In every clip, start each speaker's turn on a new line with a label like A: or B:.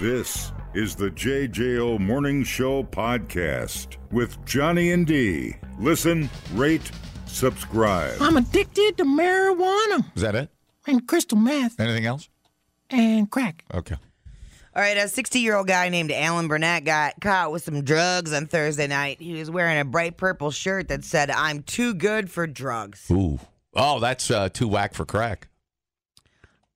A: This is the JJO Morning Show podcast with Johnny and D. Listen, rate, subscribe.
B: I'm addicted to marijuana
C: Is that it?
B: and crystal meth
C: Anything else?
B: and crack.
C: Okay.
D: All right, a 60 year old guy named Alan Burnett got caught with some drugs on Thursday night. He was wearing a bright purple shirt that said, I'm too good for drugs.
C: Ooh. Oh, that's uh, too whack for crack.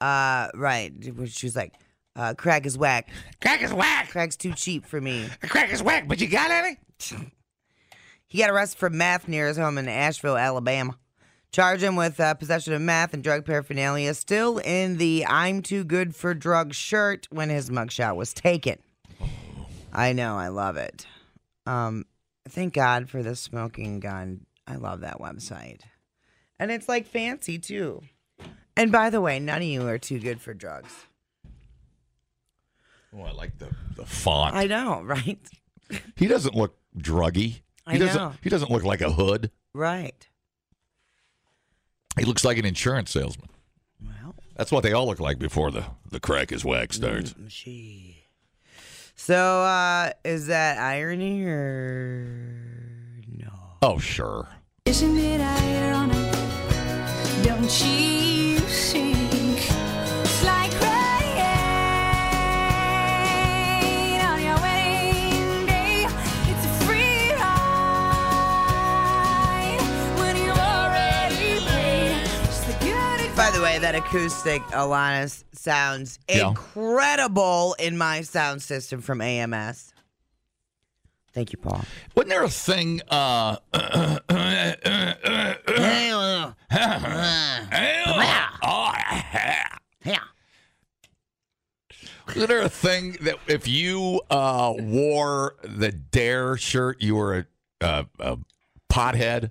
D: Uh, right. She was like, uh, crack is whack.
C: Crack is whack.
D: Crack's too cheap for me.
C: Crack is whack. But you got any?
D: He got arrested for meth near his home in Asheville, Alabama. Charge him with uh, possession of meth and drug paraphernalia, still in the I'm too good for drugs shirt when his mugshot was taken.
C: Oh.
D: I know, I love it. Um, thank God for the smoking gun. I love that website. And it's like fancy too. And by the way, none of you are too good for drugs.
C: Oh, I like the, the font.
D: I know, right?
C: he doesn't look druggy.
D: I
C: He doesn't.
D: know.
C: He doesn't look like a hood.
D: Right.
C: He looks like an insurance salesman.
D: Well,
C: That's what they all look like before the the crack is whack starts.
D: She. So uh is that irony or no?
C: Oh, sure.
E: Isn't it ironic? Don't you think it's like rain on your wedding day? It's a free ride when you've already paid. It's the good advice.
D: By the way, that acoustic Alanis sounds
C: Yeah.
D: incredible in my sound system from AMS. Thank you, Paul.
C: Wasn't there a thing? Uh, Wasn't there a thing that if you uh, wore the Dare shirt, you were a, a, a pothead?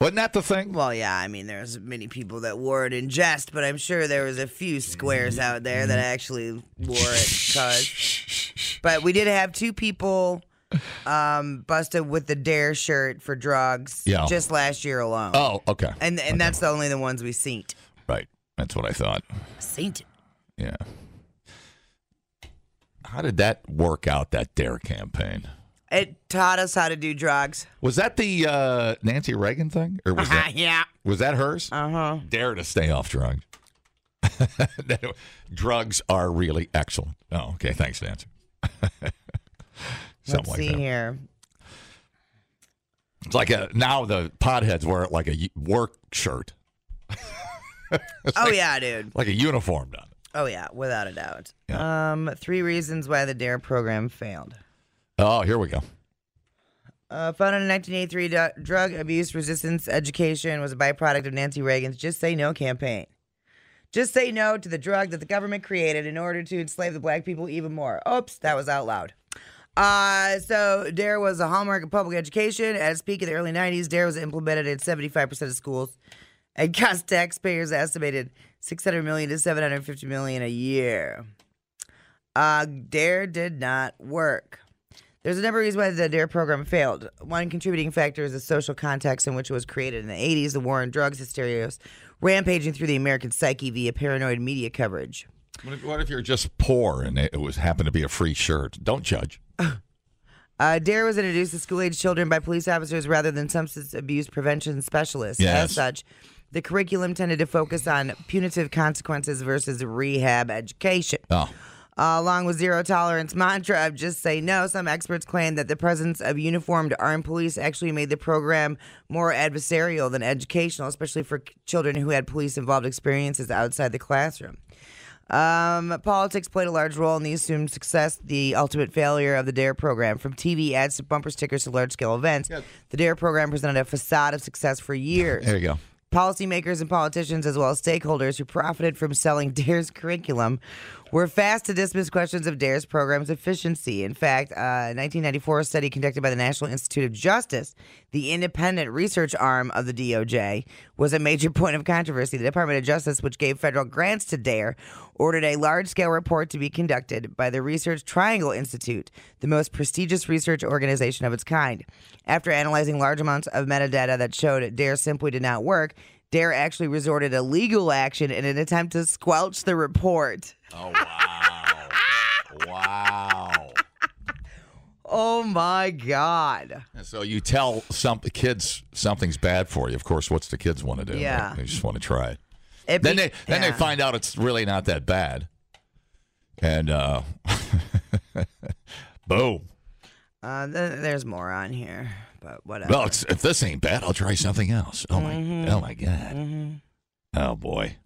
C: Wasn't that the thing?
D: Well, yeah, I mean, there's many people that wore it in jest, but I'm sure there was a few squares out there that
C: Mm-hmm.
D: actually wore it. Cause, but we did have two people um, busted with the Dare shirt for drugs
C: Yeah.
D: just last year alone,
C: Oh, okay.
D: and and that's the only the ones we seen.
C: Right. That's what I thought.
D: Seen.
C: Yeah. How did that work out, that Dare campaign?
D: It taught us how to do drugs.
C: Was that the uh, Nancy Reagan thing? Or was that,
D: Uh-huh, yeah.
C: was that hers?
D: Uh huh.
C: Dare to stay off drugs. drugs are really excellent. Oh, okay. Thanks, Nancy. Something
D: Let's
C: like
D: see
C: that.
D: here.
C: It's like a now the potheads wear it like a u- work shirt,
D: Oh yeah, dude.
C: like a uniform. Done.
D: Oh yeah, without a doubt. Um, three reasons why the Dare program failed.
C: Oh, here we go.
D: Uh, founded in 1983, du- drug abuse resistance education was a byproduct of Nancy Reagan's "Just Say No" campaign. Just say no to the drug that the government created in order to enslave the black people even more. Oops, that was out loud. Uh, so DARE was a hallmark of public education. At its peak in the early 90s, DARE was implemented in 75% of schools and cost taxpayers an estimated 600 million to 750 million a year. Uh, DARE did not work. There's a number of reasons why the DARE program failed. One contributing factor is the social context in which it was created in the 80s, the war on drugs, hysteria was rampaging through the American psyche via paranoid media coverage.
C: What if, what if you're just poor and it was happened to be a free shirt? Don't judge.
D: Uh, DARE was introduced to school age children by police officers rather than substance abuse prevention specialists.
C: Yes.
D: As such, the curriculum tended to focus on punitive consequences versus rehab education.
C: Oh,
D: Uh, along with zero tolerance mantra of just say no, some experts claim that the presence of uniformed armed police actually made the program more adversarial than educational, especially for c- children who had police involved experiences outside the classroom. Um, politics played a large role in the assumed success, the ultimate failure of the DARE E program. From TV ads to bumper stickers to large scale events, the DARE program presented a facade of success for years
C: there you go.
D: policymakers and politicians, as well as stakeholders who profited from selling DARE's curriculum, were fast to dismiss questions of DARE's program's efficiency. In fact, uh, a 1994 study conducted by the National Institute of Justice, the independent research arm of the DOJ, was a major point of controversy. The Department of Justice, which gave federal grants to DARE, ordered a large scale report to be conducted by the Research Triangle Institute, the most prestigious research organization of its kind. After analyzing large amounts of metadata that showed DARE simply did not work, DARE actually resorted to legal action in an attempt to squelch the report.
C: Oh wow. Wow.
D: Oh my God.
C: And So you tell some kids something's bad for you. Of course, what's the kids want to do?
D: Yeah.
C: Right? They just want to try it.
D: It
C: Then
D: be-
C: they then
D: yeah.
C: they find out it's really not that bad. And uh boom.
D: Uh, th- there's more on here, but whatever.
C: Well, it's, if this ain't bad, I'll try something else. Oh my
D: Mm-hmm.
C: oh my god. Oh boy.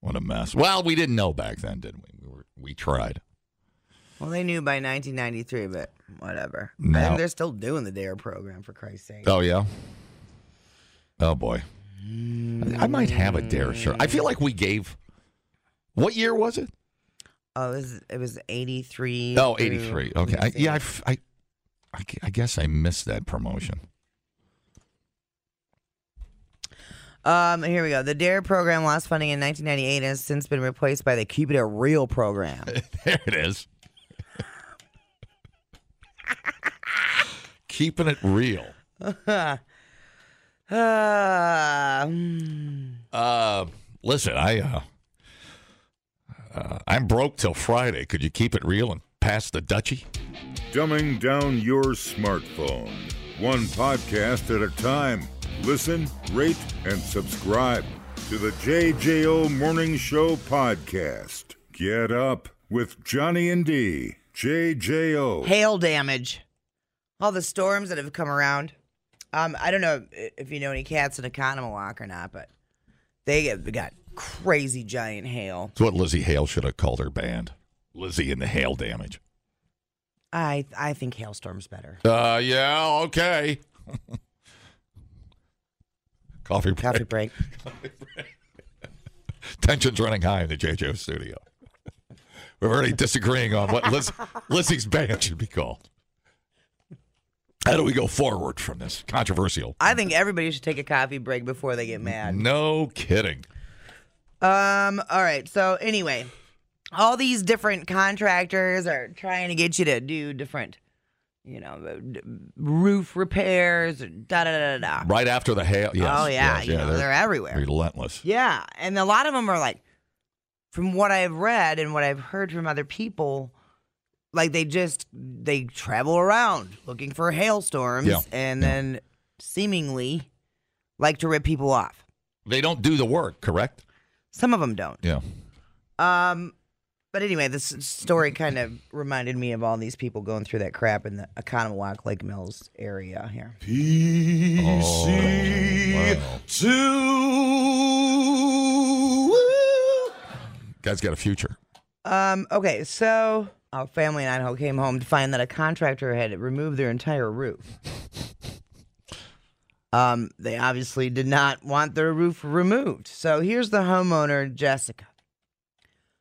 C: What a mess. Well, we didn't know back then, did we? We were we tried.
D: Well, they knew by 1993, but whatever. I
C: No.
D: think they're still doing the DARE program, for Christ's sake.
C: Oh yeah. Oh boy. I might have a dare shirt. I feel like we gave. What year was it?
D: Oh, it was, it was 83.
C: Oh,
D: through-
C: 83. Okay. I,
D: let's see.
C: yeah, I, f- I- I g- I guess I missed that promotion.
D: Um, here we go. The DARE program lost funding in 1998 and has since been replaced by the Keep It A Real program.
C: there it is. Keeping it real.
D: Ah, mm.
C: Uh, listen, I uh, uh, I'm broke till Friday. Could you keep it real and pass the duchy?
A: Dumbing down your smartphone. One podcast at a time. Listen, rate, and subscribe to the JJO Morning Show podcast. Get up with Johnny and D. JJO.
D: hail damage. All the storms that have come around. Um, I don't know i- if you know any cats in Economilock or not, but they get, got crazy giant hail.
C: It's what Lizzie Hale should have called her band. Lizzie and the Hail Damage.
D: I I think hailstorms better.
C: Uh, yeah, okay. Coffee break.
D: Coffee break.
C: Tension's running high in the JJO studio. We're already disagreeing on what Liz, Lizzie's band should be called. How do we go forward from this? Controversial.
D: I think everybody should take a coffee break before they get mad.
C: No kidding.
D: Um. All right. So anyway, all these different contractors are trying to get you to do different, you know, uh, d- roof repairs. Da da da da. da.
C: Right after the hail. Yes,
D: oh yeah,
C: yes,
D: you know, they're, everywhere.
C: relentless.
D: Yeah, and a lot of them are like, from what I've read and what I've heard from other people, like they just they travel around looking for hailstorms
C: Yeah,
D: and
C: yeah.
D: then seemingly like to rip people off.
C: They don't do the work, correct?
D: Some of them don't.
C: Yeah.
D: Um, but anyway, this story kind of reminded me of all these people going through that crap in the Economowoc Lake Mills area here.
C: PC two. Guy's got a future.
D: Um, okay, so our family and I came home to find that a contractor had removed their entire roof. Um, they obviously did not want their roof removed. So here's the homeowner, Jessica.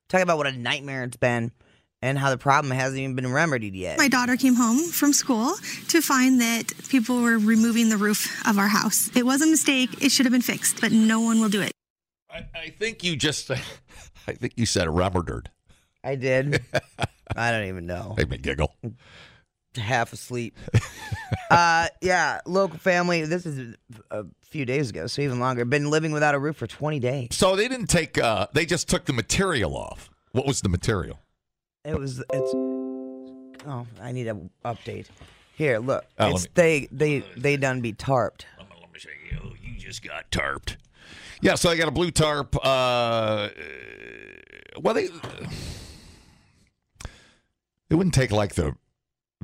D: Talk about what a nightmare it's been and how the problem hasn't even been remedied yet.
F: My daughter came home from school to find that people were removing the roof of our house. It was a mistake. It should have been fixed, but no one will do it.
C: I, I think you just. I think you said remordered.
D: I did. I don't even know.
C: Made me giggle.
D: half asleep. uh, yeah, local family. This is a few days ago, so even longer. Been living without a roof for 20 days.
C: So they didn't take. Uh, they just took the material off. What was the material?
D: It was. It's. Oh, I need an update. Here, look.
C: Oh, let
D: it's
C: me-
D: they they they done be tarped.
C: Let me say, yo, you just got tarped. Yeah, so they got a blue tarp. Uh, well, they it wouldn't take like the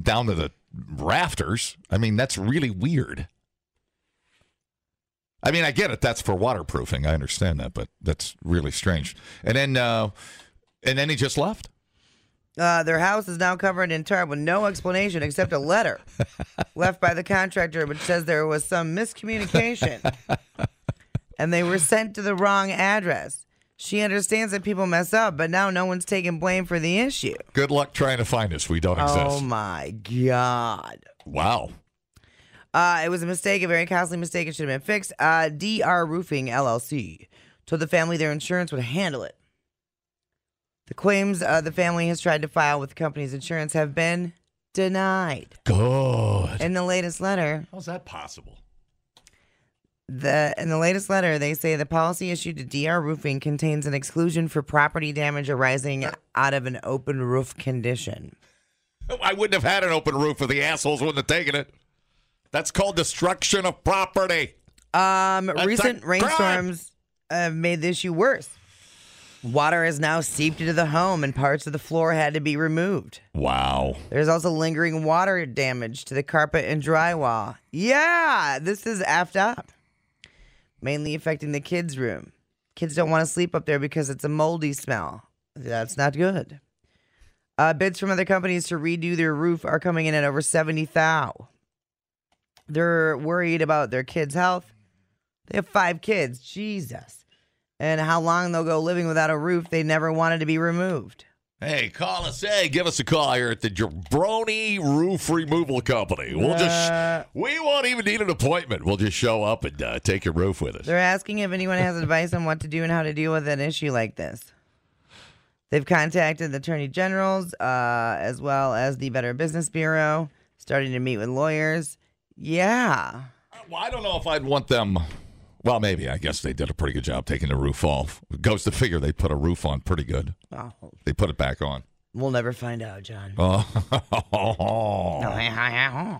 C: down to the rafters. I mean, that's really weird. I mean, I get it. That's for waterproofing. I understand that, but that's really strange. And then, uh, and then he just left.
D: Uh, their house is now covered in tarp with no explanation except a letter left by the contractor, which says there was some miscommunication and they were sent to the wrong address. She understands that people mess up, but now no one's taking blame for the issue.
C: Good luck trying to find us. We don't exist.
D: Oh my God.
C: wow.
D: Uh, it was a mistake, a very costly mistake. It should have been fixed. Uh, DR Roofing LLC told the family their insurance would handle it. The claims uh, the family has tried to file with the company's insurance have been denied.
C: Good.
D: In the latest letter,
C: How's that possible?
D: The in the latest letter, they say the policy issued to DR Roofing contains an exclusion for property damage arising out of an open roof condition.
C: I wouldn't have had an open roof if the assholes wouldn't have taken it. That's called destruction of property.
D: Um,
C: a
D: recent
C: crime.
D: rainstorms have made the issue worse. Water has now seeped into the home, and parts of the floor had to be removed.
C: Wow.
D: There's also lingering water damage to the carpet and drywall. Yeah, this is effed up. Mainly affecting the kids' room. Kids don't want to sleep up there because it's a moldy smell. That's not good. Uh, bids from other companies to redo their roof are coming in at over 70 thou. They're worried about their kids' health. They have five kids. Jesus. And how long they'll go living without a roof they never wanted to be removed.
C: Hey, call us. Hey, give us a call here at the Jabroni Roof Removal Company. We'll
D: Uh,
C: just, we won't even need an appointment. We'll just show up and uh, take your roof with us.
D: They're asking if anyone has advice on what to do and how to deal with an issue like this. They've contacted the attorney generals uh, as well as the Better Business Bureau, starting to meet with lawyers. Yeah.
C: Well, I don't know if I'd want them. Well, maybe. I guess they did a pretty good job taking the roof off. Goes to figure they put a roof on pretty good.
D: Oh,
C: They put it back on.
D: we'll never find out, John.
C: Oh,
D: I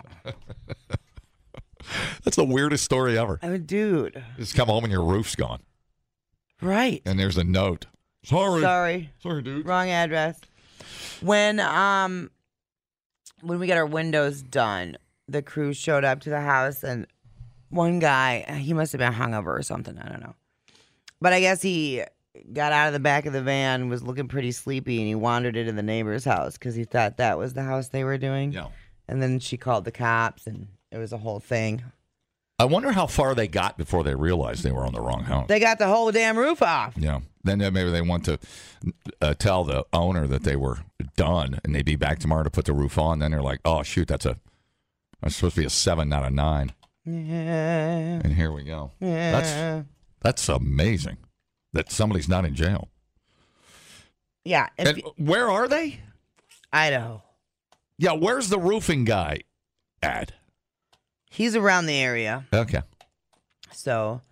C: that's the weirdest story ever.
D: mean, dude.
C: Just come home and your roof's gone,
D: Right.
C: and there's a note. Sorry, sorry,
D: Sorry.
C: dude.
D: Wrong address. When um when we got our windows done, the crew showed up to the house and one guy, he must have been hungover or something, I don't know. But I guess he got out of the back of the van, was looking pretty sleepy and he wandered into the neighbor's house cuz he thought that was the house they were doing.
C: Yeah.
D: And then she called the cops and it was a whole thing.
C: I wonder how far they got before they realized they were on the wrong house.
D: They got the whole damn roof off.
C: yeah. Then uh, maybe they want to uh, tell the owner that they were done, and they'd be back tomorrow to put the roof on. Then they're like, "Oh shoot, that's a that's supposed to be a seven, not a nine.
D: Yeah.
C: And here we go. That's
D: Yeah.
C: that's amazing that somebody's not in jail.
D: Yeah, if
C: And
D: you-
C: where are they?
D: Idaho.
C: Yeah, where's the roofing guy at?
D: He's around the area.
C: Okay.
D: So,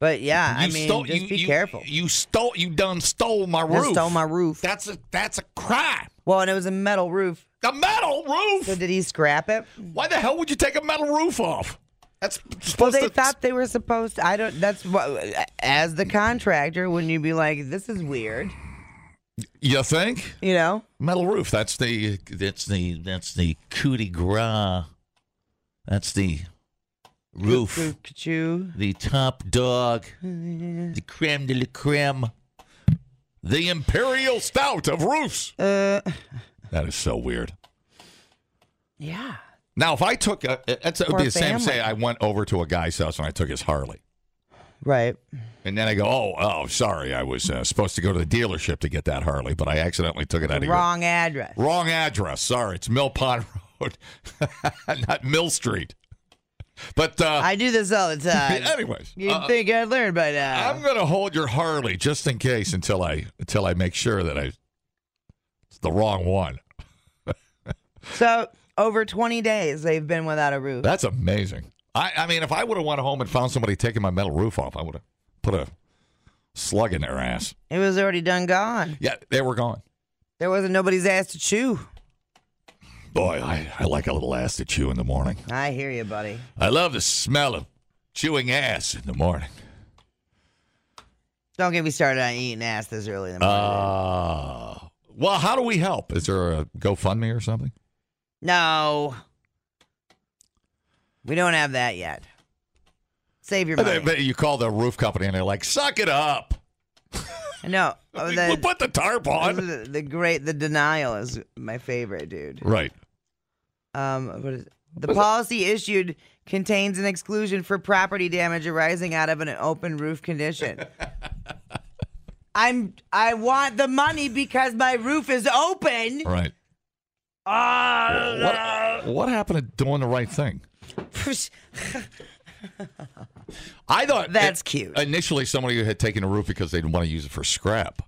D: but yeah, I
C: You
D: mean,
C: stole-
D: just
C: you-
D: be
C: you-
D: careful.
C: You stole. You done stole my
D: Just
C: roof.
D: stole my roof.
C: That's a that's a crime.
D: well, and it was a metal roof.
C: A metal roof.
D: So did he scrap it?
C: Why the hell would you take a metal roof off? That's supposed
D: Well, they
C: to.
D: thought they were supposed. To, I don't. That's what. As the contractor, wouldn't you be like, "This is weird,"
C: you think
D: you know?
C: metal roof? That's the that's the that's the coup de grace. That's the roof.
D: Cuckoo.
C: The top dog. The creme de la creme. The imperial stout of roofs.
D: Uh,
C: That is so weird.
D: yeah.
C: Now, if I took a, that's, it would
D: Or
C: be the same.
D: family.
C: Say I went over to a guy's house and I took his Harley,
D: Right.
C: and then I go, oh, oh, sorry, I was uh, supposed to go to the dealership to get that Harley, but I accidentally took it out of your
D: Wrong address.
C: wrong address. Sorry, it's Mill Pond Road, not Mill Street. But uh,
D: I do this all the time.
C: anyways,
D: You'd
C: uh,
D: think I'd learn by now.
C: I'm going to hold your Harley just in case until I until I make sure that I it's the wrong one.
D: so over 20 days they've been without a roof.
C: That's amazing. I, I mean, if I would have went home and found somebody taking my metal roof off, I would have put a slug in their ass.
D: It was already done gone.
C: Yeah, they were gone.
D: There wasn't nobody's ass to chew.
C: Boy, I, I like a little ass to chew in the morning.
D: I hear you, buddy.
C: I love the smell of chewing ass in the morning.
D: Don't get me started on eating ass this early in the morning.
C: Uh, well, how do we help? Is there a GoFundMe or something?
D: no. We don't have that yet. Save your
C: But they-
D: money.
C: but you call the roof company and they're like, suck it up.
D: no. Oh,
C: We- we
D: the,
C: put the tarp on.
D: the, the great the denial is my favorite, dude.
C: Right.
D: Um what is the policy issued contains an exclusion for property damage arising out of an open roof condition. I'm I want the money because my roof is open.
C: Right. what, what happened to doing the right thing? I thought
D: That's cute.
C: Initially, somebody who had taken a roof because they didn't want to use it for scrap.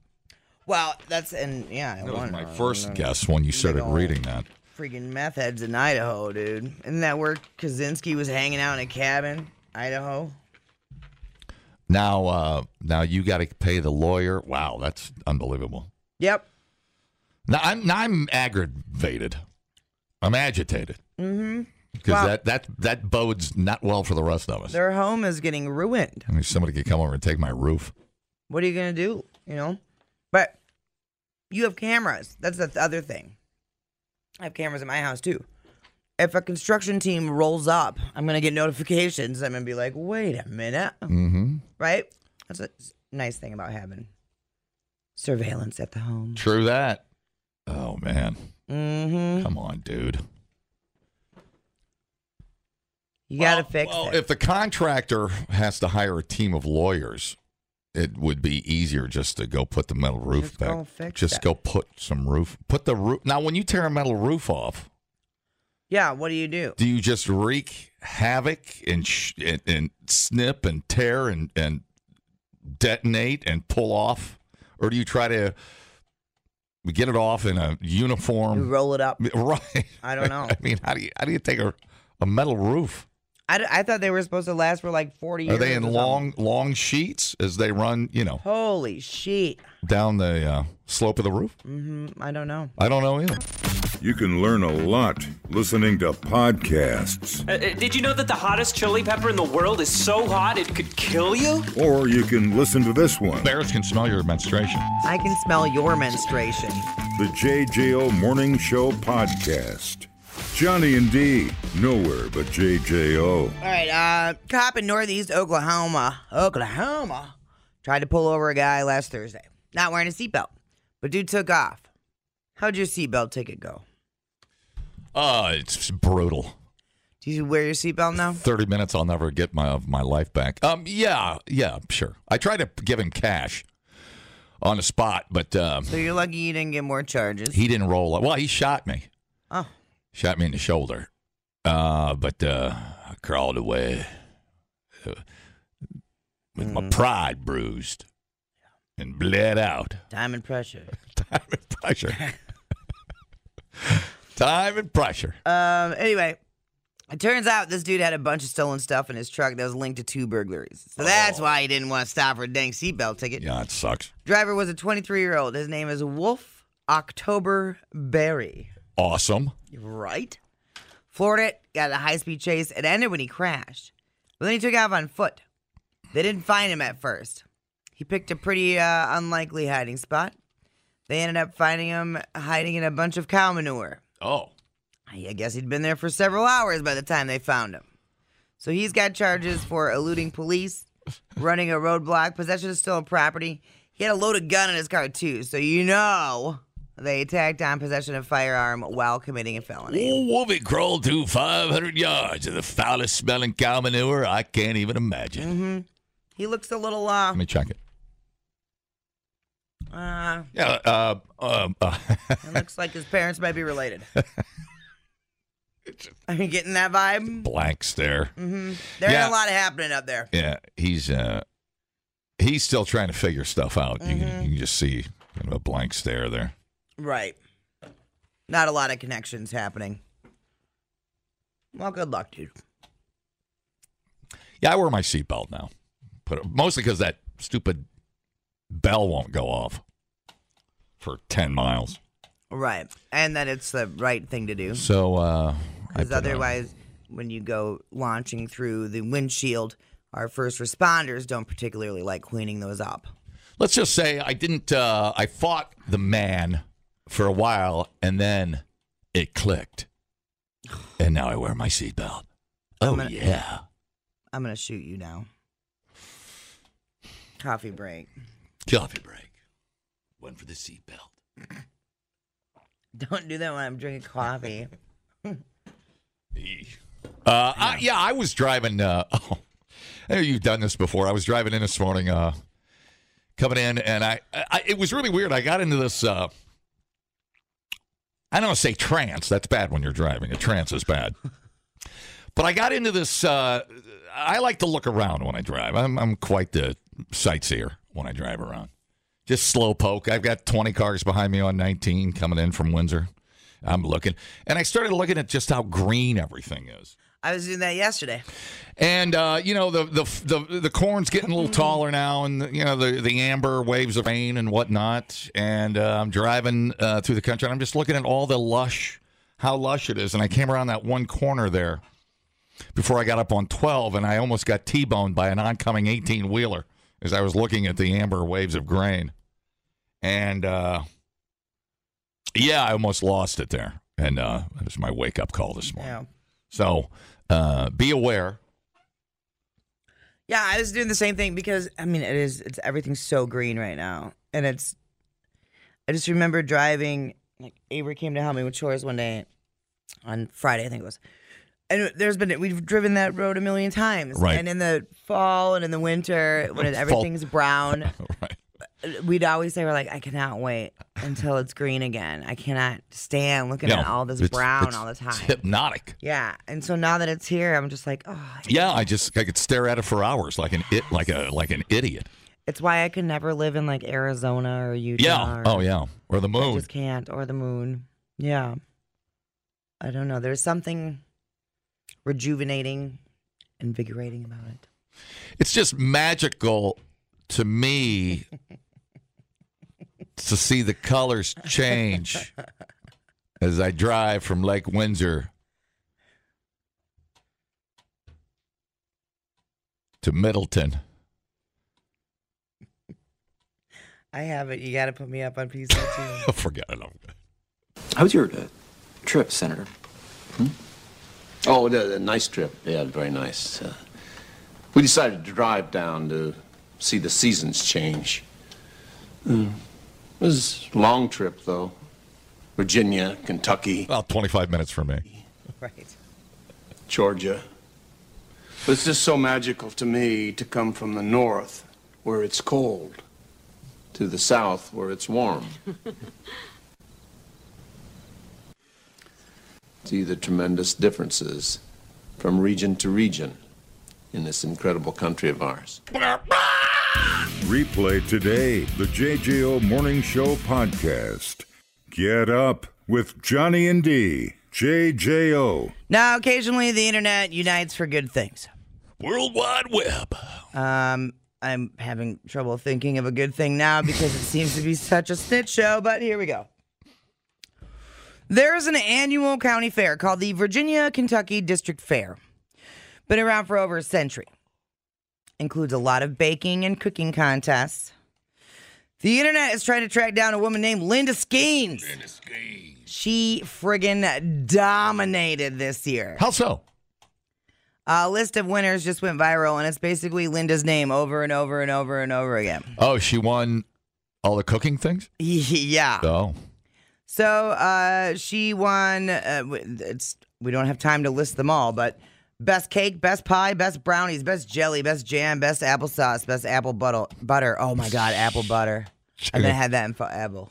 D: well, that's and yeah, I
C: That was
D: wonder.
C: my first guess when you started
D: old-
C: reading that.
D: freaking meth heads in Idaho, dude. Isn't that where Kaczynski was hanging out in a cabin, Idaho?
C: Now, uh, now you got to pay the lawyer. Wow, that's unbelievable.
D: Yep.
C: Now I'm now I'm aggravated. I'm agitated
D: Mm-hmm.
C: because
D: Well-
C: that that that bodes not well for the rest of us.
D: Their home is getting ruined.
C: I mean, somebody could come over and take my roof.
D: What are you gonna do? You know? But you have cameras. That's the other thing. I have cameras in my house too. If a construction team rolls up, I'm gonna get notifications. I'm gonna be like, wait a minute.
C: Mm-hmm.
D: Right? That's a nice thing about having surveillance at the home.
C: True that. Oh man,
D: Mm-hmm.
C: come on, dude.
D: You gotta
C: Well,
D: fix
C: well,
D: it.
C: if the contractor has to hire a team of lawyers, it would be easier just to go put the metal roof
D: Just
C: back.
D: go fix
C: just
D: it.
C: go put some roof. Put the roof. Now, when you tear a metal roof off,
D: yeah, what do you do?
C: do you just wreak havoc and sh- and, and snip and tear and and detonate and pull off, or do you try to get it off in a
D: You
C: uniform?
D: roll it up.
C: Right.
D: I don't know.
C: I mean, how do you how do you take a a metal roof?
D: I, d- I thought they were supposed to last for like 40 years.
C: Are they in
D: or something.
C: long long sheets as they run? You know,
D: Holy shit.
C: down the uh, slope of the roof.
D: hmm I don't know.
C: I don't know either.
A: You can learn a lot listening to podcasts,
G: Uh, uh, did you know that the hottest chili pepper in the world is so hot it could kill you?
A: or you can listen to this one.
C: Bears can smell your menstruation.
D: I can smell your menstruation.
A: The JJO Morning Show Podcast. Johnny and D, nowhere but JJO.
D: All right, uh, cop in northeast Oklahoma, Oklahoma, tried to pull over a guy last Thursday, not wearing a seatbelt, but dude took off. How'd your seatbelt ticket go?
C: Uh, it's brutal.
D: Do you wear your seatbelt now?
C: Thirty minutes, I'll never get my of my life back. Um, yeah, yeah, sure. I tried to give him cash on the spot, but um,
D: So you're lucky you didn't get more charges.
C: he didn't roll. Well, he shot me.
D: Oh,
C: shot me in the shoulder. Uh, but uh, I crawled away uh, with my pride bruised and bled out.
D: time and pressure.
C: Time and pressure. Time and pressure.
D: Um, anyway, it turns out this dude had a bunch of stolen stuff in his truck that was linked to two burglaries. So that's why he didn't want to stop for a dang seatbelt ticket.
C: Yeah, it sucks.
D: Driver was a 23 year old. His name is Wolf October Berry.
C: Awesome.
D: Right? Floored it, got a high speed chase. It ended when he crashed. But then he took off on foot. They didn't find him at first. He picked a pretty uh, unlikely hiding spot. They ended up finding him hiding in a bunch of cow manure.
C: Oh,
D: I guess he'd been there for several hours by the time they found him. So he's got charges for eluding police, running a roadblock, possession of stolen property. He had a loaded gun in his car too, so you know they attacked on possession of firearm while committing a felony.
C: Wolfie crawled through 500 yards of the foulest smelling cow manure I can't even imagine.
D: He looks a little uh,
C: Let me check it.
D: uh
C: Yeah, uh, um, uh,
D: it looks like his parents might be related. Are you getting that vibe?
C: blank stare.
D: There ain't
C: Yeah.
D: a lot happening up there.
C: yeah, he's uh, he's still trying to figure stuff out. You, can, you can just see kind of a blank stare there.
D: Right. Not a lot of connections happening. Well, good luck, dude.
C: Yeah, I wear my seatbelt now, but mostly because that stupid bell won't go off for ten miles.
D: Right. And that it's the right thing to do.
C: So uh, I
D: Because
C: put it on.
D: otherwise, when you go launching through the windshield, our first responders don't particularly like cleaning those up.
C: let's just say I didn't. Uh, I fought the man for a while, and then it clicked, and now I wear my seatbelt. Oh
D: gonna-
C: yeah,
D: I'm going to shoot you now. Coffee break.
C: coffee break. One for the seatbelt.
D: Don't do that when I'm drinking coffee.
C: Uh, I, yeah, I was driving. Uh, oh, I know you've done this before. I was driving in this morning, uh, coming in, and I, I it was really weird. I got into this. Uh, I don't want to say trance. That's bad when you're driving. A trance is bad. But I got into this. Uh, I like to look around when I drive. I'm, I'm quite the sightseer when I drive around. Just slow poke. I've got 20 cars behind me on 19 coming in from Windsor. I'm looking, and I started looking at just how green everything is.
D: I was doing that yesterday.
C: And uh, you know the, the the the corn's getting a little taller now, and you know the the amber waves of rain and whatnot. And uh, I'm driving uh, through the country, and I'm just looking at all the lush, how lush it is. And I came around that one corner there before I got up on 12, and I almost got t-boned by an oncoming 18 wheeler as I was looking at the amber waves of grain. And uh, yeah, I almost lost it there, and uh, that was my wake up call this morning.
D: Yeah.
C: So uh, be aware.
D: Yeah, I was doing the same thing because I mean it is it's everything's so green right now. And it's I just remember driving like Avery came to help me with chores one day on Friday, I think it was. And there's been we've driven that road a million times.
C: Right.
D: And in the fall and in the winter when it,
C: Fall.
D: everything's brown,
C: right.
D: we'd always say we're like, I cannot wait until it's green again. I cannot stand looking
C: No,
D: at all this
C: it's-
D: brown
C: it's-
D: all the
C: It's
D: time.
C: hypnotic.
D: Yeah. And so now that it's here, I'm just like, oh,
C: Yeah, I just I could stare at it for hours like an it like a like an idiot.
D: It's why I could never live in like Arizona or Utah.
C: Yeah.
D: Or,
C: Oh yeah. Or the
D: I
C: moon.
D: just can't. Or the moon. Yeah. I don't know. There's something rejuvenating, invigorating about it.
C: It's just magical to me to see the colors change as I drive from Lake Windsor to Middleton.
D: I have it. You got to put me up on pizza too.
C: Forget it. I'm good.
H: How was your uh, trip, Senator? Hmm? Oh, a, nice trip. Yeah, very nice. Uh, we decided to drive down to see the seasons change. Mm. It was a long trip, though. Virginia, Kentucky,
C: About 25 minutes for me.
D: right.
H: Georgia. But it's just so magical to me to come from the north, where it's cold, to the south, where it's warm. See the tremendous differences from region to region in this incredible country of ours.
A: Replay today the JJO Morning Show podcast. Get up with Johnny and D. JJO.
D: Now, occasionally the internet unites for good things.
C: World Wide Web.
D: Um, I'm having trouble thinking of a good thing now because it seems to be such a snitch show, but here we go. There is an annual county fair called the Virginia Kentucky District Fair. Been around for over a century. Includes a lot of baking and cooking contests. The internet is trying to track down a woman named Linda Skeens. Linda Skeens. She friggin' dominated this year.
C: How so?
D: A list of winners just went viral, and it's basically Linda's name over and over and over and over again.
C: Oh, she won all the cooking things?
D: yeah.
C: Oh.
D: So uh, she won. Uh, w- it's we don't have time to list them all, but best cake, best pie, best brownies, best jelly, best jam, best applesauce, best apple butter. Butter. Oh my God, apple butter. I've not had that in fo- apple.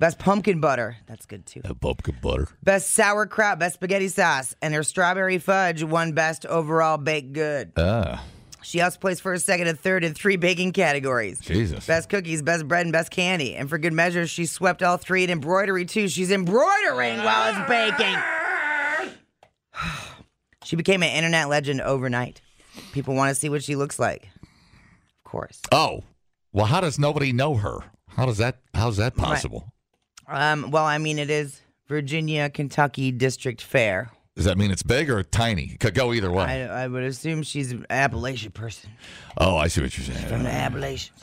D: Best pumpkin butter. That's good too.
C: That pumpkin butter.
D: Best sauerkraut, best spaghetti sauce, and her strawberry fudge won best overall baked good.
C: Ah,
D: She also placed first, second, and third in three baking categories.
C: Jesus.
D: Best cookies, best bread, and best candy. And for good measure, she swept all three in embroidery too. She's embroidering while it's baking. she became an internet legend overnight. People want to see what she looks like. Of course.
C: Oh, well, how does nobody know her? How does that? How's that possible?
D: Um, well, I mean, it is Virginia Kentucky District Fair.
C: Does that mean it's big or tiny? Could go either
D: I,
C: way.
D: I would assume she's an Appalachian person
C: oh, I see what you're
D: from
C: saying.
D: the Appalachians.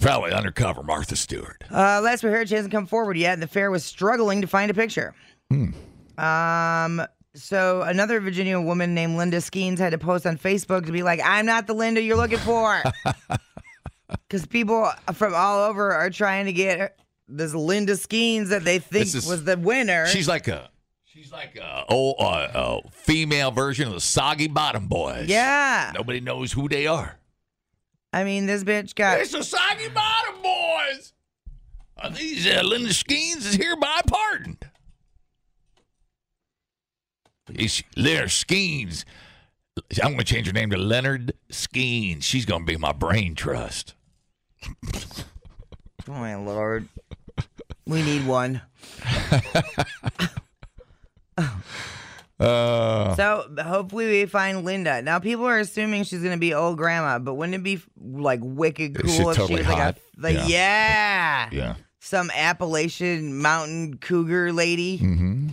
C: Probably undercover Martha Stewart.
D: Uh, last we heard, she hasn't come forward yet, and the fair was struggling to find a picture.
C: Hmm.
D: Um, so another Virginia woman named Linda Skeens had to post on Facebook to be like, "I'm not the Linda you're looking for," because people from all over are trying to get her- this Linda Skeens that they think
C: This is-
D: was the winner.
C: She's like a, she's like a old uh, uh, female version of the Soggy Bottom Boys.
D: yeah,
C: Nobody knows who they are.
D: I mean, this bitch got
C: It's the Soggy Bottom Boys. Are these uh, Linda Skeens is hereby pardoned. It's Leonard Skeens. I'm going to change her name to Leonard Skeens. She's going to be my brain trust.
D: Oh my lord. We need one.
C: Uh,
D: So hopefully we find Linda. Now people are assuming she's gonna be old grandma, but wouldn't it be like wicked
C: She's
D: cool if
C: totally
D: she was like
C: hot.
D: a like
C: Yeah.
D: yeah.
C: yeah.
D: some Appalachian mountain cougar lady?
C: Mm-hmm.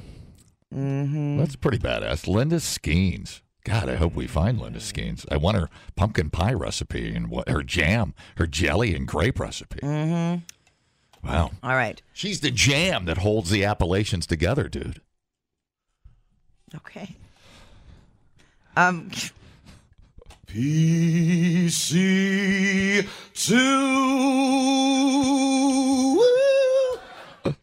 C: Mm-hmm. That's pretty badass. Linda Skeens. God, I hope we find Linda Skeens. I want her pumpkin pie recipe and what her jam, her jelly and grape recipe. Mm-hmm. Wow.
D: All right.
C: She's the jam that holds the Appalachians together, dude.
D: Okay. Um.
C: PC two.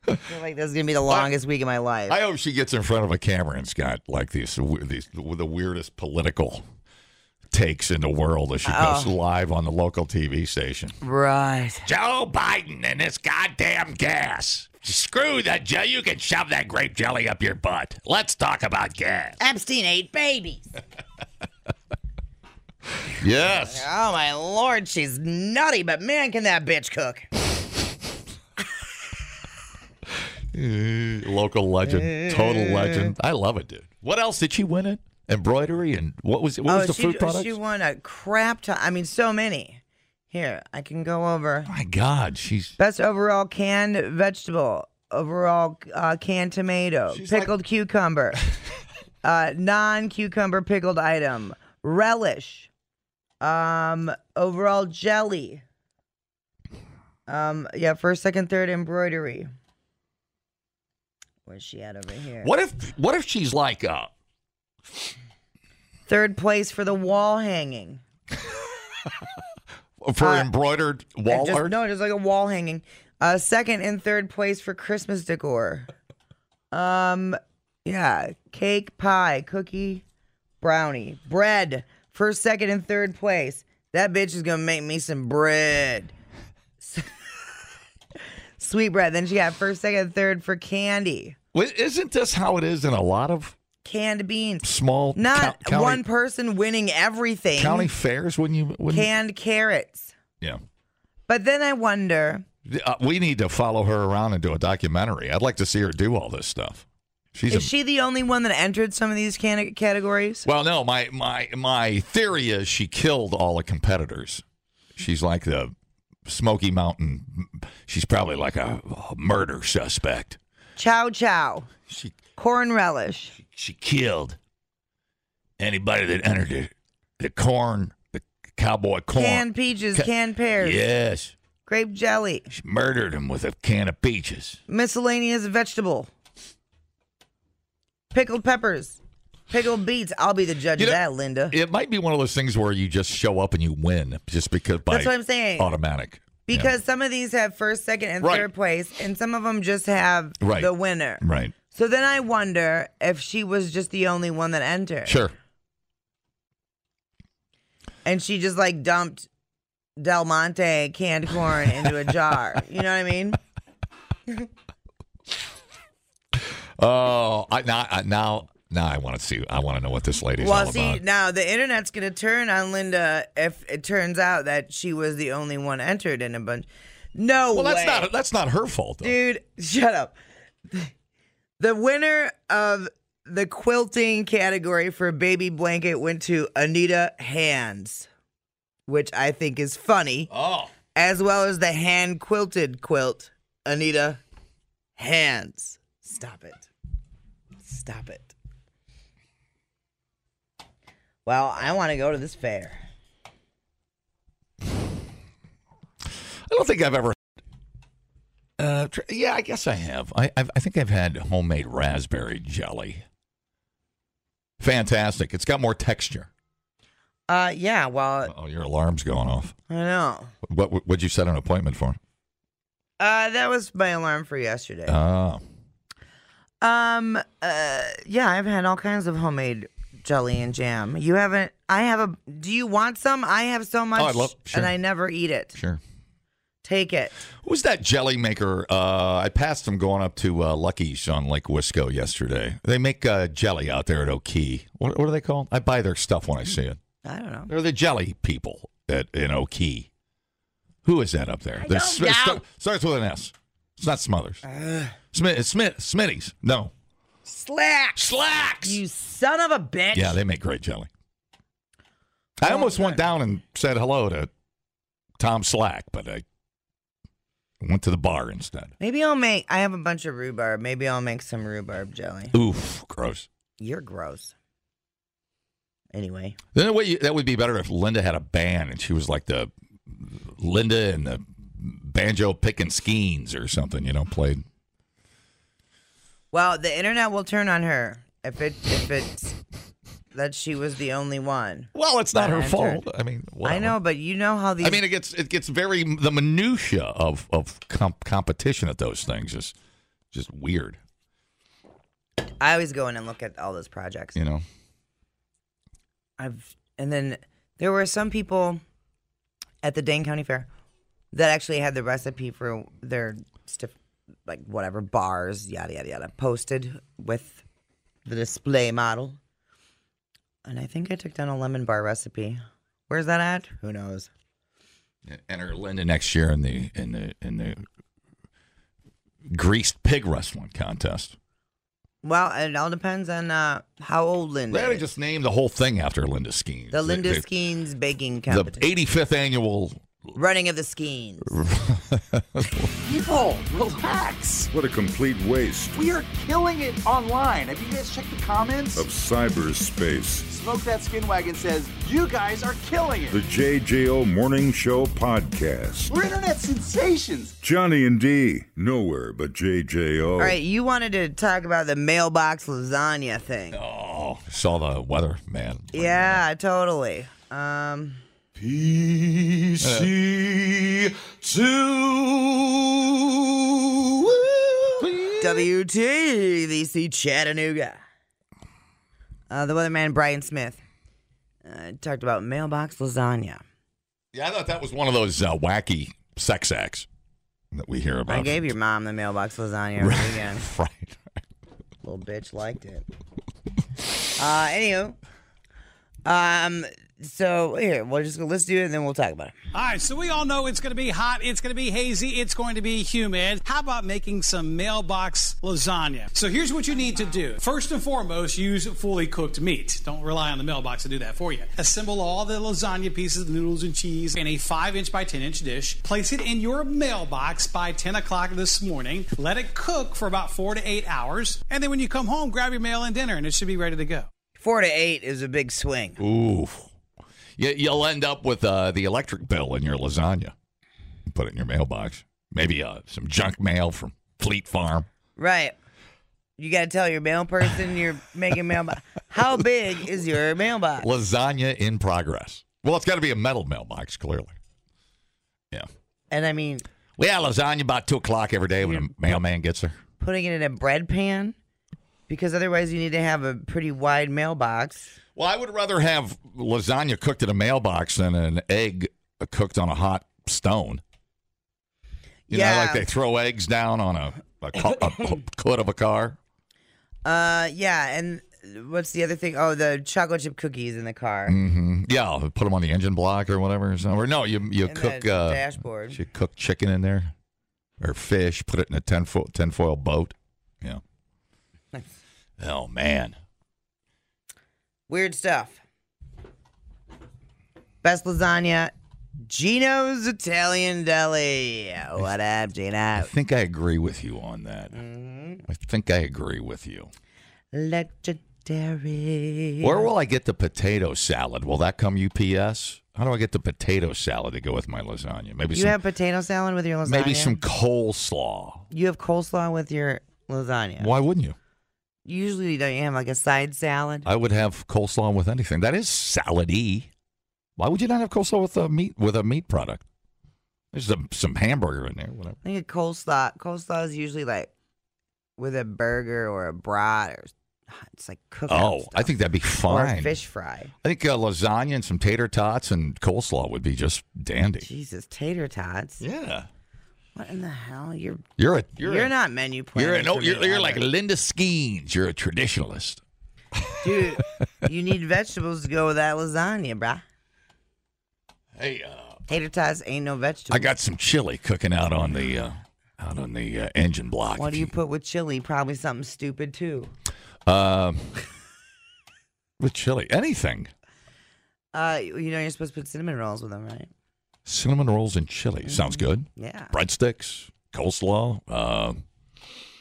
D: I feel like this is gonna be the longest week of my life.
C: I hope she gets in front of a camera and's got like these these the weirdest political takes in the world as she goes live on the local TV station.
D: right.
C: Joe Biden and this goddamn gas. Screw that, Joe. You can shove that grape jelly up your butt. Let's talk about gas.
D: Epstein ate babies.
C: Yes.
D: Oh my lord, she's nutty, but man, can that bitch cook?
C: Local legend, total
D: Eh.
C: legend. I love it, dude. What else did she win it? Embroidery and what was what was the
D: Oh, she,
C: food product?
D: She won a crap ton. I mean, so many. Here, I can go over.
C: My God, she's
D: Best overall canned vegetable. Overall uh, canned tomato.
C: She's
D: pickled cucumber. uh, non cucumber pickled item. Relish. Um, overall jelly. Um, yeah, first, second, third embroidery. Where's she at over here?
C: what if what if she's like uh
D: Third place for the wall hanging.
C: for
D: Uh,
C: embroidered
D: It
C: wall
D: just-
C: art?
D: No, just like a wall hanging. Uh, second and third place for Christmas decor. Um, yeah, cake, pie, cookie, brownie, bread. First, second, and third place. That bitch is gonna make me some bread. Sweet bread. Then she got first, second, and third for candy,
C: Wait, Isn't this how it is in a lot of
D: canned beans.
C: small
D: Not
C: cou- county,
D: one person winning everything.
C: county fairs? Wouldn't you? Wouldn't,
D: canned carrots.
C: yeah.
D: But then I wonder.
C: Uh, we need to follow her around and do a documentary. I'd like to see her do all this stuff. She's a,
D: Is she the only one that entered some of these can- categories?
C: well, no, my my my theory is she killed all the competitors. She's like the Smoky Mountain. She's probably like a, a murder suspect.
D: Chow chow,
C: She
D: corn relish,
C: she killed anybody that entered the, the corn, the cowboy corn.
D: canned peaches,
C: Ca-
D: canned pears,
C: Yes,
D: grape jelly,
C: she murdered him with a can of peaches.
D: miscellaneous vegetable, pickled peppers, pickled beets. I'll be the judge
C: You
D: of
C: know-
D: that, Linda.
C: It might be one of those things where you just show up and you win just because by
D: That's what I'm saying.
C: automatic. Yeah.
D: because some of these have first, second, and
C: Right.
D: third place, and some of them just have
C: Right.
D: the winner.
C: right.
D: So then I wonder if she was just the only one that entered.
C: Sure.
D: and she just like dumped Del Monte canned corn into a jar. You know what I mean?
C: Oh, I now I, now now I want to see I want to know what this lady's
D: well,
C: all
D: see,
C: about.
D: now the internet's gonna turn on Linda if it turns out that she was the only one entered in a bunch. No
C: Well, that's
D: way.
C: not that's not her fault. Though.
D: dude. Shut up. The winner of the quilting category for baby blanket went to Anita Hands, which I think is funny.
C: Oh.
D: as well as the hand quilted quilt. Anita, hands. Stop it. Stop it. Well, I want to go to this fair.
C: I don't think I've ever uh, tr- yeah, I guess I have. I I've, I think I've had homemade raspberry jelly. Fantastic! It's got more texture.
D: Uh, yeah. Well,
C: Oh, your alarm's going off.
D: I know.
C: What what would you set an appointment for?
D: Uh, that was my alarm for yesterday.
C: Oh,
D: Um, uh, yeah, I've had all kinds of homemade jelly and jam. You haven't? I have a. Do you want some? I have so much,
C: Oh, I'd love- sure.
D: and I never eat it.
C: Oh, sure.
D: Take it.
C: Who's that jelly maker? Uh, I passed him going up to uh, Lucky's on Lake Wisco yesterday. They make uh, jelly out there at Okie. What, what are they called? I buy their stuff when I see it.
D: I don't know.
C: They're the jelly people at in Okie. Who is that up there? I
D: don't know. Uh.
C: starts with an S. It's not Smothers. Smith, Smith, Smitty's. No,
D: Slacks.
C: Slacks.
D: You son of a bitch.
C: Yeah, they make great jelly. I almost went down and said hello to Tom Slack, but I went to the bar instead.
D: Maybe I'll make. I have a bunch of rhubarb. Maybe I'll make some rhubarb jelly.
C: Oof, gross.
D: You're gross. Anyway,
C: Then that way that would be better if Linda had a band and she was like the Linda and the banjo picking skeens or something, you know, played.
D: well, the internet will turn on her if it if it's that she was the only one.
C: Well, it's not her
D: I'm
C: fault.
D: sure.
C: I mean, whatever.
D: I know, but you know how these.
C: I mean, it gets it gets very the minutia of of comp- competition at those things is just weird,
D: I always go in and look at all those projects.
C: you know.
D: I've and then there were some people at the Dane County Fair that actually had the recipe for their stiff, like whatever bars, yada yada yada, posted with the display model. And I think I took down a lemon bar recipe. Where's that at? Who knows?
C: Enter Linda next year in the in the in the greased pig wrestling contest.
D: Well, it all depends on uh, how old Linda.
C: They ought to
D: is.
C: just named the whole thing after Linda Skeens.
D: the Linda
C: They- they-
D: Skeens baking
C: the
D: competition.
C: 85th annual.
D: Running of the Skeens.
I: People, relax.
A: What a complete waste
I: We are killing it online. Have you guys checked the comments?
A: of cyberspace.
I: Smoke That Skin Wagon says, You guys are killing
A: The
I: it.
A: JJO Morning Show Podcast.
I: We're internet sensations.
A: Johnny and D, nowhere but JJO.
D: All right, you wanted to talk about the mailbox lasagna thing.
C: Oh, saw the weather, man.
D: Yeah, totally. Um, WTVC Chattanooga. Uh, the weatherman Brian Smith uh, talked about mailbox lasagna.
C: Yeah, I thought that was one of those uh, wacky sex acts that we hear about.
D: I gave your mom the mailbox lasagna over the weekend.
C: right.
D: Little bitch liked it. Uh, anywho, um, so here we'll just go. Let's do it, and then we'll talk about it.
J: All right, so we all know it's going to be hot, it's going to be hazy, it's going to be humid. How about making some mailbox lasagna? So here's what you need to do. First and foremost, use fully cooked meat. Don't rely on the mailbox to do that for you. Assemble all the lasagna pieces, the noodles and cheese in a 5 inch by 10 inch dish. Place it in your mailbox by 10 o'clock this morning. Let it cook for about 4 to 8 hours. And then when you come home, grab your mail and dinner and it should be ready to go.
D: Four to eight is a big swing.
C: Ooh. You, you'll end up with uh, the electric bill in your lasagna. Put it in your mailbox. Maybe uh, some junk mail from Fleet Farm.
D: Right. You got to tell your mail person you're making mailbox. How big is your mailbox?
C: Lasagna in progress. Well, it's got to be a metal mailbox, clearly. Yeah.
D: And I mean,
C: We had lasagna about 2 o'clock every day when the mailman gets there.
D: putting it in a bread pan because otherwise you need to have a pretty wide mailbox.
C: Well, I would rather have lasagna cooked in a mailbox than an egg cooked on a hot stone. You know,
D: yeah.
C: like they throw eggs down on a, a, co- a co- hood of a car.
D: uh, yeah. And what's the other thing? Oh, the chocolate chip cookies in the car.
C: Mm. Mm-hmm. Yeah, put them on the engine block or whatever. Or, something. or no, you you
D: In the
C: cook uh,
D: dashboard.
C: You cook chicken in there or fish. Put it in a tinfoil tinfoil boat. Yeah. Oh man,
D: Weird stuff. Best lasagna, Gino's Italian Deli. What up,
C: I
D: Gino?
C: think I agree with you on that.
D: Mm-hmm.
C: I think I agree with you.
D: Legendary.
C: Where will I get the potato salad? Will that come UPS? How do I get the potato salad to go with my lasagna? Maybe
D: You
C: some,
D: have potato salad with your lasagna.
C: maybe some coleslaw.
D: You have coleslaw with your lasagna.
C: Why wouldn't you?
D: Usually, don't you have like a side salad?
C: I would have coleslaw with anything. That is salad-y. Why would you not have coleslaw with a meat with a meat product? There's some, some hamburger in there, whatever.
D: I think a coleslaw. Coleslaw is usually like with a burger or a brat or it's like cooked.
C: Oh, I think that'd be
D: Or
C: fine.
D: fish fry.
C: I think uh, lasagna and some tater tots and coleslaw would be just dandy.
D: Jesus, tater tots.
C: Yeah,
D: What in the hell? You're
C: you're a
D: you're,
C: you're a-
D: not menu planning.
C: you're an,
D: for
C: oh,
D: me,
C: you're, you're
D: Albert.
C: like Linda Skeens. You're a traditionalist.
D: dude. you need vegetables to go with that lasagna, bruh.
C: Hey, uh,
D: Tater tots ain't no vegetable.
C: I got some chili cooking out on the uh, out on the uh, engine block.
D: What
C: If
D: do you put with chili? Probably something stupid too.
C: Um, with chili, anything.
D: Uh, you know you're supposed to put cinnamon rolls with them, right?
C: Cinnamon rolls and chili sounds good.
D: Yeah.
C: Breadsticks, coleslaw. Uh,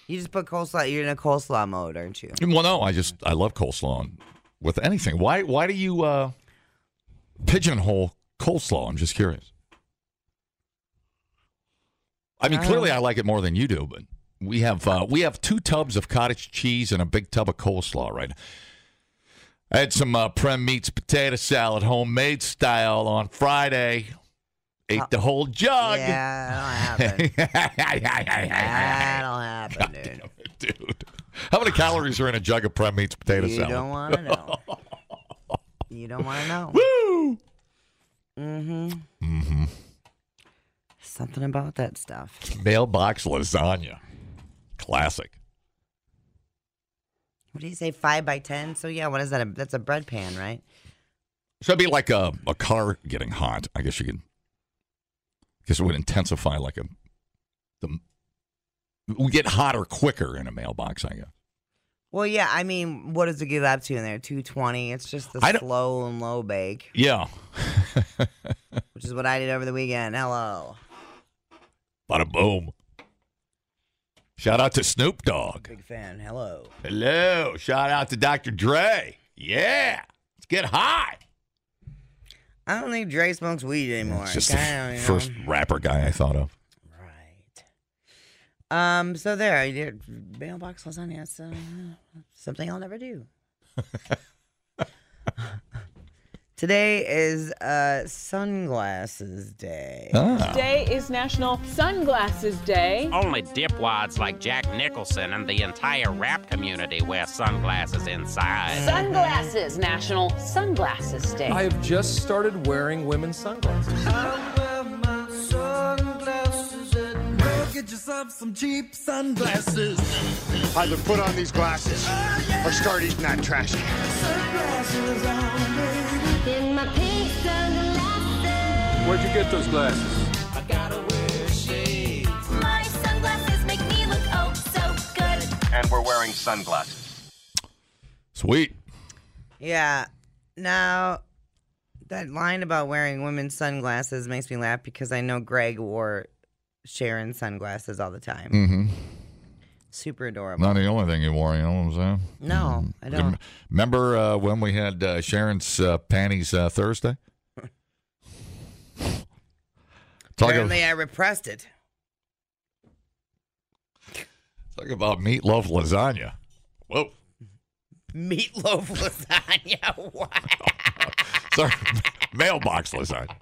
D: You just put coleslaw. You're in a coleslaw mode, aren't you?
C: well, no, I just I love coleslaw on- with anything. Why? Why do you uh, pigeonhole coleslaw? I'm just curious. I mean,
D: I
C: clearly
D: don't-
C: I like it more than you do, but we have uh, we have two tubs of cottage cheese and a big tub of coleslaw right now. I had some uh, prem meats potato salad, homemade style, on Friday. Ate the whole jug.
D: Yeah, that'll happen.
C: That'll
D: that'll happen, dude.
C: Dude, how many calories are in a jug of prime meats potato
D: You
C: salad?
D: don't want to know. You don't want to know.
C: Woo!
D: Something about that stuff.
C: Mailbox lasagna, classic.
D: What do you say? Five by ten. So yeah, what is that? A, that's a bread pan, right?
C: So it'd be like a, a car getting hot. I guess you could. I guess it would intensify like a the we get hotter quicker in a mailbox. I guess.
D: Well, yeah. I mean, what does it get up to in there? Two twenty. It's just
C: I
D: the
C: don't-
D: slow and low bake,
C: Yeah,
D: which is what I did over the weekend. Hello,
C: bada boom. Shout out to Snoop Dogg.
D: big fan. Hello.
C: Hello. Shout out to Dr. Dre. Yeah, let's get hot.
D: I don't think Dre smokes weed anymore.
C: It's just the
D: Kinda, you know.
C: first rapper guy I thought of.
D: Right. Um. So there, you did mailbox lasagna. That's uh, something I'll never do. Today is uh, sunglasses day.
K: Today is National Sunglasses Day.
L: Only dipwads like Jack Nicholson and the entire rap community wear sunglasses inside.
K: Sunglasses, National Sunglasses Day.
M: I have just started wearing women's sunglasses.
N: Get yourself some cheap sunglasses. Either put on these glasses or start eating that trash.
E: In my pink sunglasses,
M: Where'd you get those glasses?
E: I gotta wear shades. My sunglasses make me look oh so good.
O: And we're wearing sunglasses.
C: Sweet.
D: Yeah. Now, that line about wearing women's sunglasses makes me laugh because I know Greg wore Sharon sunglasses all the time.
C: Mm-hmm.
D: Super adorable.
C: Not the only thing you wore, you know what I'm saying?
D: No,
C: mm,
D: I don't.
C: Remember uh, when we had uh, Sharon's uh, panties uh, Thursday? talk, of,
D: Apparently, I repressed it.
C: talk about meatloaf lasagna. Whoa.
D: Meatloaf lasagna. What?
C: Sorry, mailbox lasagna.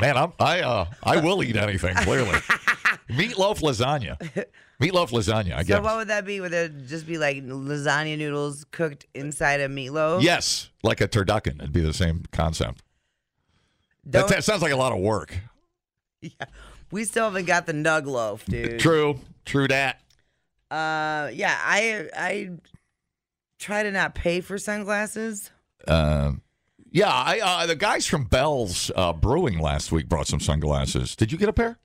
C: Man, I'm, I uh, I will eat anything. Clearly, meatloaf lasagna, meatloaf lasagna. I
D: So
C: guess
D: what would that be? Would it just be like lasagna noodles cooked inside a meatloaf?
C: yes, like a turducken. It'd be the same concept. That,
D: Don't-
C: that sounds like a lot of work.
D: We still haven't got the nug loaf, dude.
C: True, true that.
D: Uh, yeah, I I try to not pay for sunglasses.
C: Uh, yeah, I, uh, the guys from Bell's uh, Brewing last week brought some sunglasses. Did you get a pair?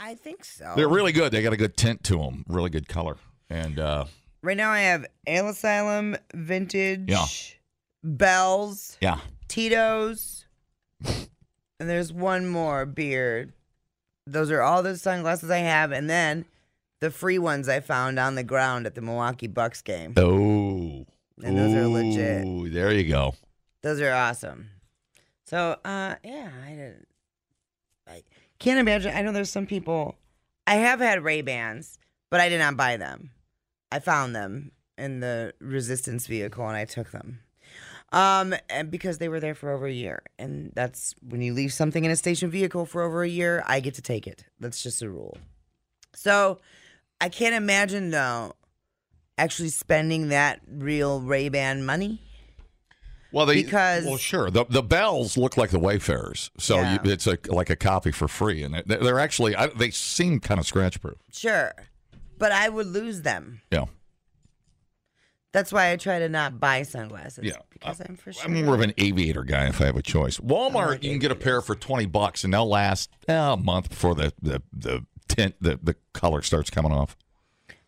D: I think so.
C: They're really good. They got a good tint to them, really good color. And uh,
D: Right now, I have Ale Asylum, Vintage,
C: yeah,
D: Bells,
C: yeah.
D: Tito's, and there's one more beer. Those are all the sunglasses I have, and then the free ones I found on the ground at the Milwaukee Bucks game.
C: Oh,
D: And those are legit.
C: Ooh, There you go.
D: Those are awesome. So, uh, yeah, I didn't. I can't imagine. I know there's some people. I have had Ray Bans, but I did not buy them. I found them in the resistance vehicle and I took them. Um, and because they were there for over a year, and that's when you leave something in a station vehicle for over a year, I get to take it. That's just a rule. So, I can't imagine though, actually spending that real Ray Ban money.
C: Well, they
D: Because-
C: well, sure. The the bells look like the Wayfarers, so
D: Yeah.
C: you, it's a like a copy for free, and they're, they're actually I, they seem kind of scratch proof.
D: Sure. But I would lose them.
C: Yeah,
D: That's why I try to not buy sunglasses.
C: yeah.
D: Because I'm for sure.
C: I'm more of an aviator guy if I have a choice. Walmart, you can get a pair for twenty bucks, and they'll last eh, a month before the the the tint the the color starts coming off.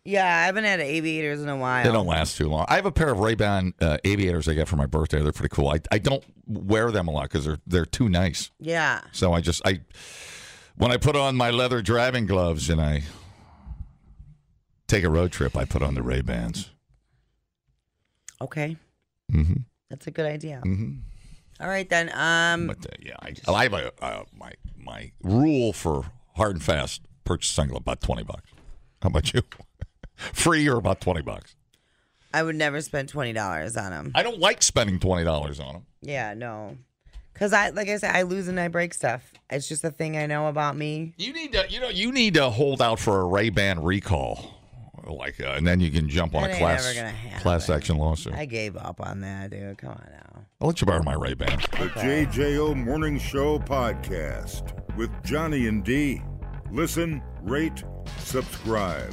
D: Yeah, I haven't had aviators in a while.
C: They don't last too long. I have a pair of Ray Ban uh, aviators I got for my birthday. They're pretty cool. I, I don't wear them a lot because they're they're too nice.
D: Yeah.
C: So I just I when I put on my leather driving gloves and I take a road trip, I put on the Ray Bans.
D: Okay.
C: Mm-hmm.
D: That's a good idea.
C: Mhm.
D: All right then. Um
C: But uh, yeah, I, I have a uh, my my rule for hard and fast purchasing about twenty bucks. How about you? Free or about twenty bucks?
D: I would never spend twenty dollars on them.
C: I don't like spending twenty dollars on them.
D: Yeah, no. Cause I like I said, I lose and I break stuff. It's just a thing I know about me.
C: You need to, you know, you need to hold out for a Ray Ban recall, like, uh, and then you can jump on
D: That
C: a
D: ain't
C: class
D: never gonna happen.
C: class action lawsuit.
D: I gave up on that, dude. Come on now.
C: I'll let you borrow my Ray Ban.
A: The JJO Morning Show podcast with Johnny and D. Listen, rate, subscribe.